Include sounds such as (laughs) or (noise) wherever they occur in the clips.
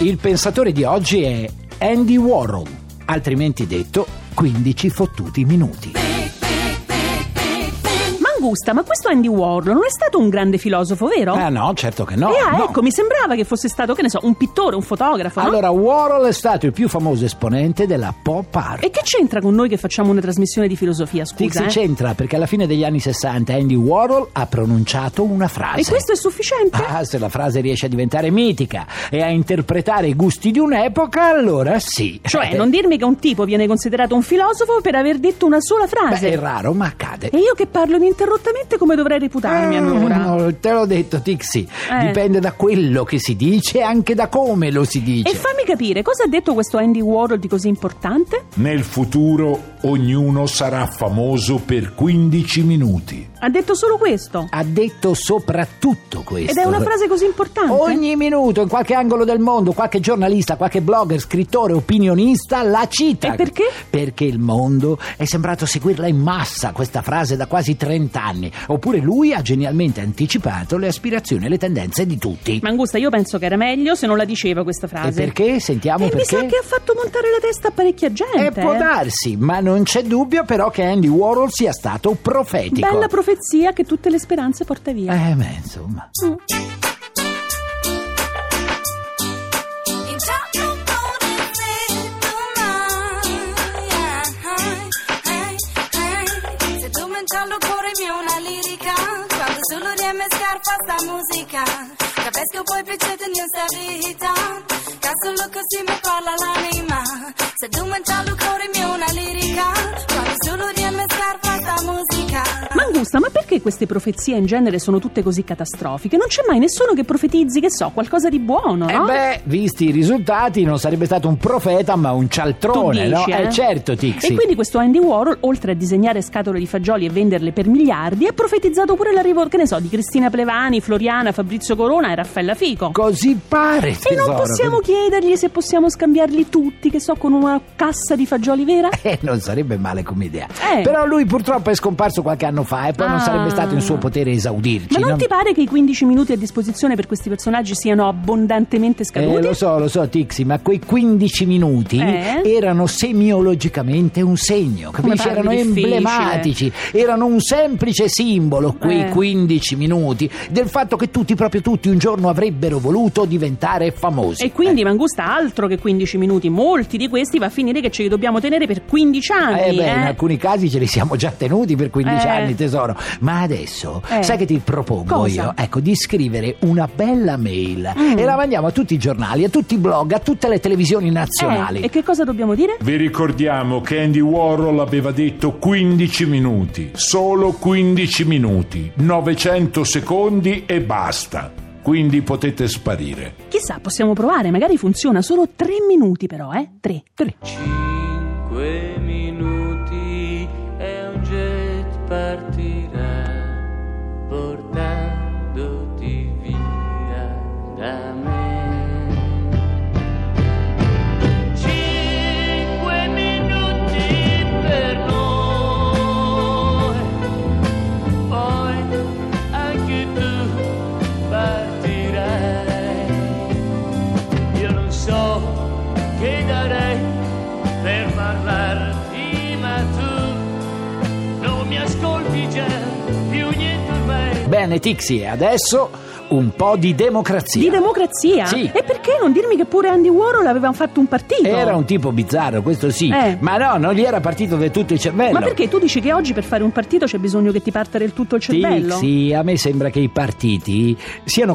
Il pensatore di oggi è Andy Warhol, altrimenti detto 15 fottuti minuti. Mangusta, ma questo Andy Warhol non è stato un grande filosofo, vero? Ah no, certo che no. Eh, ah, no. ecco, mi sembrava che fosse stato, che ne so, un pittore, un fotografo. no? Allora, Warhol è stato il più famoso esponente della pop art. E che c'entra con noi che facciamo una trasmissione di filosofia, scusa? Tixi eh? c'entra perché alla fine degli anni 60 Andy Warhol ha pronunciato una frase. E questo è sufficiente? Ah, se la frase riesce a diventare mitica e a interpretare i gusti di un'epoca, allora sì. Cioè, Eh, non dirmi che un tipo viene considerato un filosofo per aver detto una sola beh, frase. è raro, ma accade. E io che parlo ininterrottamente come dovrei reputarmi allora? Mm, no, te l'ho detto, Tixi. Eh. Dipende da quello che si dice e anche da come lo si dice. E fammi capire, cosa ha detto questo Andy Warhol di così importante? Nel futuro ognuno sarà famoso per 15 minuti. Ha detto solo questo. ha detto soprattutto questo. Ed è una frase così importante. Ogni minuto, in qualche angolo del mondo, qualche giornalista, qualche blogger, scrittore, opinionista la cita. E perché? Perché il mondo è sembrato seguirla in massa, questa frase, da quasi 30 anni. Oppure lui ha genialmente anticipato le aspirazioni e le tendenze di tutti. Mangusta, io penso che era meglio se non la diceva questa e frase. perché? Sentiamo E mi perché. sa che ha fatto montare la testa a parecchia gente. Eh, può eh. darsi, ma non c'è dubbio però che Andy Warhol sia stato profetico. Bella profezia che tutte le speranze porta via. eh, beh, insomma. Mm. Se tu mangiando il cuore mio è una lirica Quando solo rieme scarpa sta musica Capisco poi piacete in questa vita Che solo così mi parla l'anima Se tu mangiando il cuore mio è una lirica Quando solo rieme scarpa sta musica Mangusta, ma perché queste profezie in genere sono tutte così catastrofiche? Non c'è mai nessuno che profetizzi, che so, qualcosa di buono, E no? Eh beh, visti i risultati, non sarebbe stato un profeta, ma un Tu cialtrone, dici, no? eh? Eh certo, Tixi. E quindi questo Andy Warhol, oltre a disegnare scatole di fagioli e venderle per miliardi, ha profetizzato pure l'arrivo, che ne so, di Cristina Plevani, Floriana, Fabrizio Corona e Raffaella Fico. Così pare, e tesoro. non possiamo chiedergli se possiamo scambiarli tutti, che so, con una cassa di fagioli vera? (laughs) Eh, non sarebbe male come idea. Eh. Però lui purtroppo è scomparso qualche anno fa e poi Ah. non sarebbe stato in suo potere esaudirci. Ma non no? ti pare che i 15 minuti a disposizione per questi personaggi siano abbondantemente scaduti? Eh, lo so, lo so, Tixi, ma quei 15 minuti Eh? erano semiologicamente un segno, Come capisci? parli Erano difficile. emblematici, erano un semplice simbolo, quei Eh. 15 minuti, del fatto che tutti, proprio tutti, un giorno avrebbero voluto diventare famosi. E quindi Mangusta altro che 15 minuti, molti di questi va a finire che ce li dobbiamo tenere per 15 anni. Eh beh, in eh. alcuni casi ce li siamo già tenuti per 15 Eh. anni, tesoro. Ma adesso, Eh. sai che ti propongo Cosa? io? Ecco, di scrivere una bella mail Mm. e la mandiamo a tutti i giornali, a tutti i blog, a tutte le televisioni nazionali. Eh, e che cosa dobbiamo dire? Vi ricordiamo che Andy Warhol aveva detto 15 minuti, solo 15 minuti, 900 secondi e basta. Quindi potete sparire. Chissà, possiamo provare, magari funziona solo 3 minuti però, eh? 3, 3. Cinque minuti e un jet partirà portandoti via da me. Cinque minuti per noi, poi anche tu partirai. Io non so che darei per parlarti, ma tu non mi ascolti già più niente ormai. Bene, Tixi, e adesso un po' di democrazia. Di democrazia? Sì. E perché non dirmi che pure Andy Warhol aveva fatto un partito? Era un tipo bizzarro, questo sì. Eh. Ma no, non gli era partito del tutto il cervello. Ma perché tu dici che oggi per fare un partito c'è bisogno che ti parta del tutto il Sì, cervello? sì, a me sembra che i partiti siano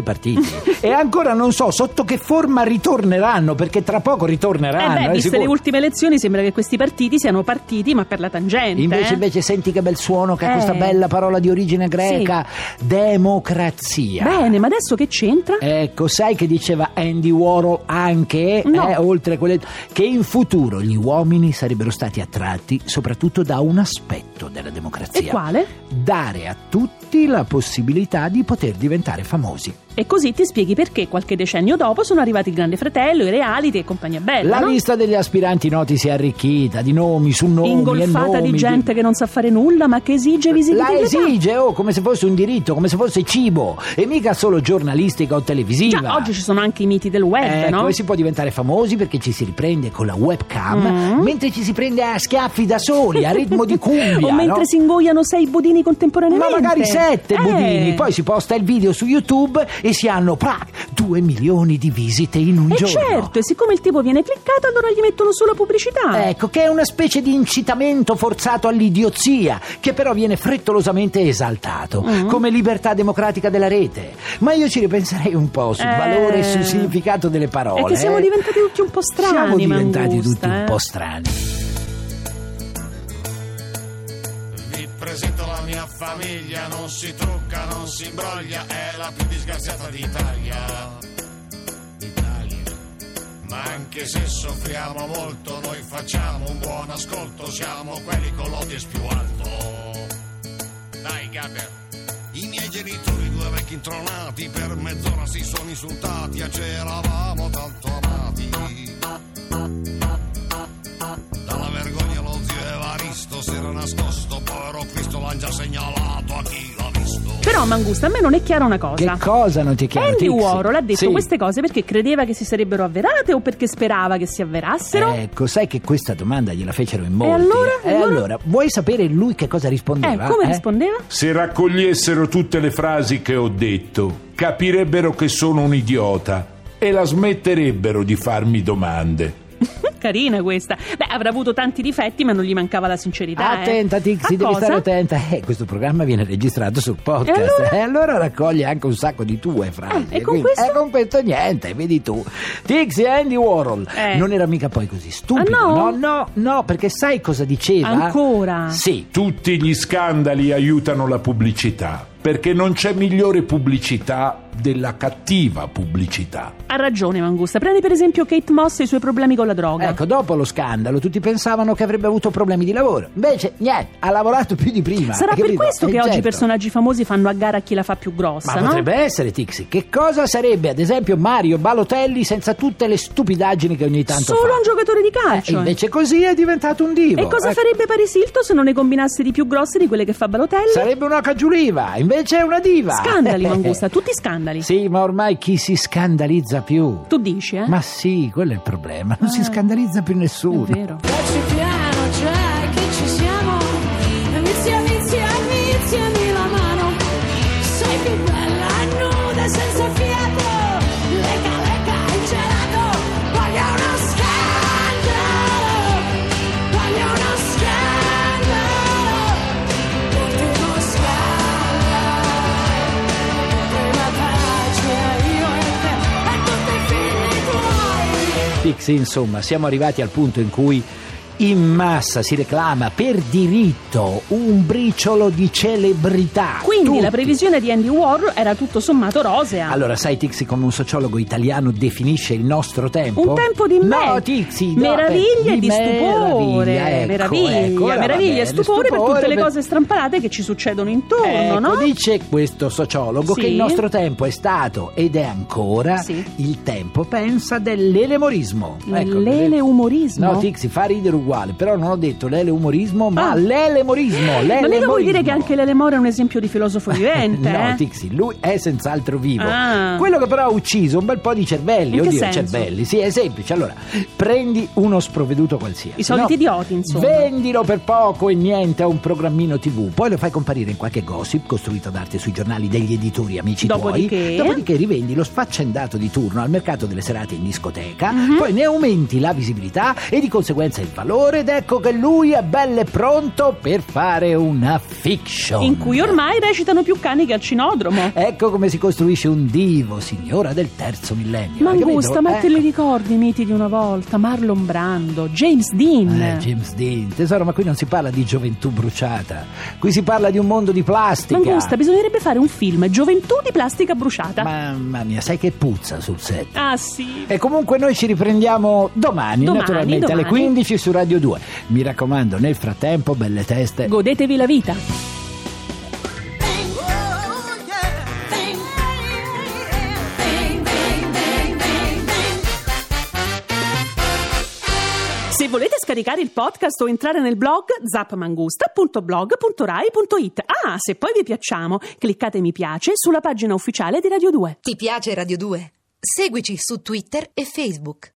(laughs) partiti. e ancora non so sotto che forma ritorneranno, perché tra poco Eh ritorneranno. beh, eh, viste sicuro. le ultime elezioni sembra che questi partiti siano partiti ma per la tangente. Invece, eh. invece, senti che bel suono che ha questa Eh. bella parola di origine greca: democrazia. Bene, ma adesso che c'entra? Ecco, sai che diceva Andy Warhol anche, No. eh, oltre a quelle, che in futuro gli uomini sarebbero stati attratti soprattutto da un aspetto della democrazia. E quale? Dare a tutti la possibilità di poter diventare famosi. E così ti spieghi perché qualche decennio dopo sono arrivati il Grande Fratello, i reality e compagnia bella. La no? lista degli aspiranti noti si è arricchita di nomi su nomi e Ingolfata nomi di gente che non sa fare nulla ma che esige visibilità. La esige, oh, come se fosse un diritto, come se fosse cibo, e mica solo giornalistica o televisiva. Già, oggi ci sono anche i miti del web, Ecco, no? e si può diventare famosi perché ci si riprende con la webcam, Mm. mentre ci si prende a schiaffi da soli, a ritmo di cumbia. (laughs) o mentre no? si ingoiano sei budini Ma contemporaneamente. magari sette Eh. budini, poi si posta il video su YouTube e si hanno prac, due milioni di visite in un E giorno. certo, e siccome il tipo viene cliccato, allora gli mettono solo pubblicità. Ecco, che è una specie di incitamento forzato all'idiozia, che però viene frettolosamente esaltato, Mm. come libertà democratica della rete. Ma io ci ripenserei un po' sul Eh. valore e sul significato delle parole. È che siamo eh. diventati tutti un po' strani, Siamo diventati Mangusta, tutti un eh. po' strani. Vi presento la mia famiglia, non si trucca, non si imbroglia, è la più disgraziata d'Italia. D'Italia. Ma anche se soffriamo molto, noi facciamo un buon ascolto, siamo quelli con l'odies più alto. Dai, Gabber. I miei genitori, due vecchi intronati, per mezz'ora si sono insultati e c'eravamo tanto amati. Dalla vergogna lo zio Evaristo si era nascosto, povero Cristo l'ha già segnalato a chi l'ha visto. Però, Mangusta, a me non è chiara una cosa. Che cosa non ti chiaro? Andy Tixi? Warhol ha detto Sì. queste cose perché credeva che si sarebbero avverate o perché sperava che si avverassero? Eh, Ecco, sai che questa domanda gliela fecero in molti. allora? E Allora? allora, vuoi sapere lui che cosa rispondeva? Eh, come eh? rispondeva? Se raccogliessero tutte le frasi che ho detto, capirebbero che sono un idiota e la smetterebbero di farmi domande. Eh, Carina questa. Beh, avrà avuto tanti difetti, ma non gli mancava la sincerità. eh. Attenta, Tixi, A devi cosa? stare attenta. Eh, questo programma viene registrato sul podcast. E allora? Eh, allora raccoglie anche un sacco di tue frasi. Ah, e con Quindi- questo? eh, con questo niente, vedi tu. Tixi Andy Warhol Eh. non era mica poi così stupido. Ah, no? no, no, no, perché sai cosa diceva? Ancora? Sì. Tutti gli scandali aiutano la pubblicità, perché non c'è migliore pubblicità della cattiva pubblicità. Ha ragione, Mangusta. Prendi per esempio Kate Moss e i suoi problemi con la droga. Ecco, dopo lo scandalo tutti pensavano che avrebbe avuto problemi di lavoro. Invece, niente, ha lavorato più di prima. Sarà hai per capito? questo Eh, che oggi i certo. personaggi famosi fanno a gara a chi la fa più grossa, Ma no? potrebbe essere, Tixi. Che cosa sarebbe, ad esempio, Mario Balotelli senza tutte le stupidaggini che ogni tanto Solo fa? un giocatore di E calcio. invece così è diventato un divo. Cioè? e cosa Ecco. farebbe Paris Hilton se non ne combinasse di più grosse di quelle che fa Balotelli? Sarebbe una cagiuliva, invece è una diva. (laughs) Scandali, Mangusta, tutti scandali. Sì, ma ormai chi si scandalizza più? Tu dici, eh? Ma sì, quello è il problema. Non si scandalizza più nessuno. È vero. Facci piano, già che ci siamo. Amici, amici, amici, ami la mano. Sei più bella nuda senza fiato. Lega, lega il gelato. Voglio uno scandalo. Voglio uno scandalo. Ultimo scandalo. Prima pagina io e te. E tutti i figli tuoi. Pixie, insomma, siamo arrivati al punto in cui in massa si reclama per diritto un briciolo di celebrità. Quindi la Tutti. previsione di Andy Warhol era tutto sommato rosea. Ah. Allora, sai Tixi come un sociologo italiano definisce il nostro tempo? Un tempo di me- No, Tixi, no, meraviglia eh, e di stupore, meraviglia, ecco, meraviglia, ecco, ora va meraviglia bene, e stupore, per tutte le per- cose strampalate che ci succedono intorno, Ecco, no? dice questo sociologo Sì. che il nostro tempo è stato ed è ancora Sì. il tempo, pensa, dell'elemorismo. Ecco, L'eleumorismo? No, Tixi, fa ridere un uguale, però non ho detto l'eleumorismo, ma Ah. l'elemorismo. Ma mica vuol dire l'elemorismo. che anche l'Ele Moro è un esempio di (laughs) filosofo vivente, No, eh? Tixi, lui è senz'altro vivo. Ah. Quello che però ha ucciso un bel po' di cervelli, In che oddio, senso? cervelli. Sì, è semplice. Allora, prendi uno sprovveduto qualsiasi. I soliti no? idioti, insomma. Vendilo per poco e niente a un programmino TV, poi lo fai comparire in qualche gossip costruito d'arte sui giornali degli editori amici Dopodiché? tuoi. Dopodiché rivendi lo sfaccendato di turno al mercato delle serate in discoteca, Mhm. poi ne aumenti la visibilità e di conseguenza il valore ed ecco che lui è bello e pronto per fare una fiction. In cui ormai recitano più cani che al cinodromo. Ecco come si costruisce un divo, signora del terzo millennio. Mangusta, hai capito? ma te li Ecco. ricordi i miti di una volta? Marlon Brando, James Dean. Eh, James Dean, tesoro, ma qui non si parla di gioventù bruciata, qui si parla di un mondo di plastica. Mangusta, bisognerebbe fare un film Gioventù di plastica bruciata. Mamma mia, sai che puzza sul set. Ah sì. E comunque noi ci riprendiamo domani, Domani, naturalmente, alle domani. 15 su Radio 2. Mi raccomando, nel frattempo, belle teste. Godetevi la vita. Se volete scaricare il podcast o entrare nel blog zapmangusta.blog.rai.it. Ah, se poi vi piacciamo, cliccate mi piace sulla pagina ufficiale di Radio 2. Ti piace Radio 2? Seguici su Twitter e Facebook.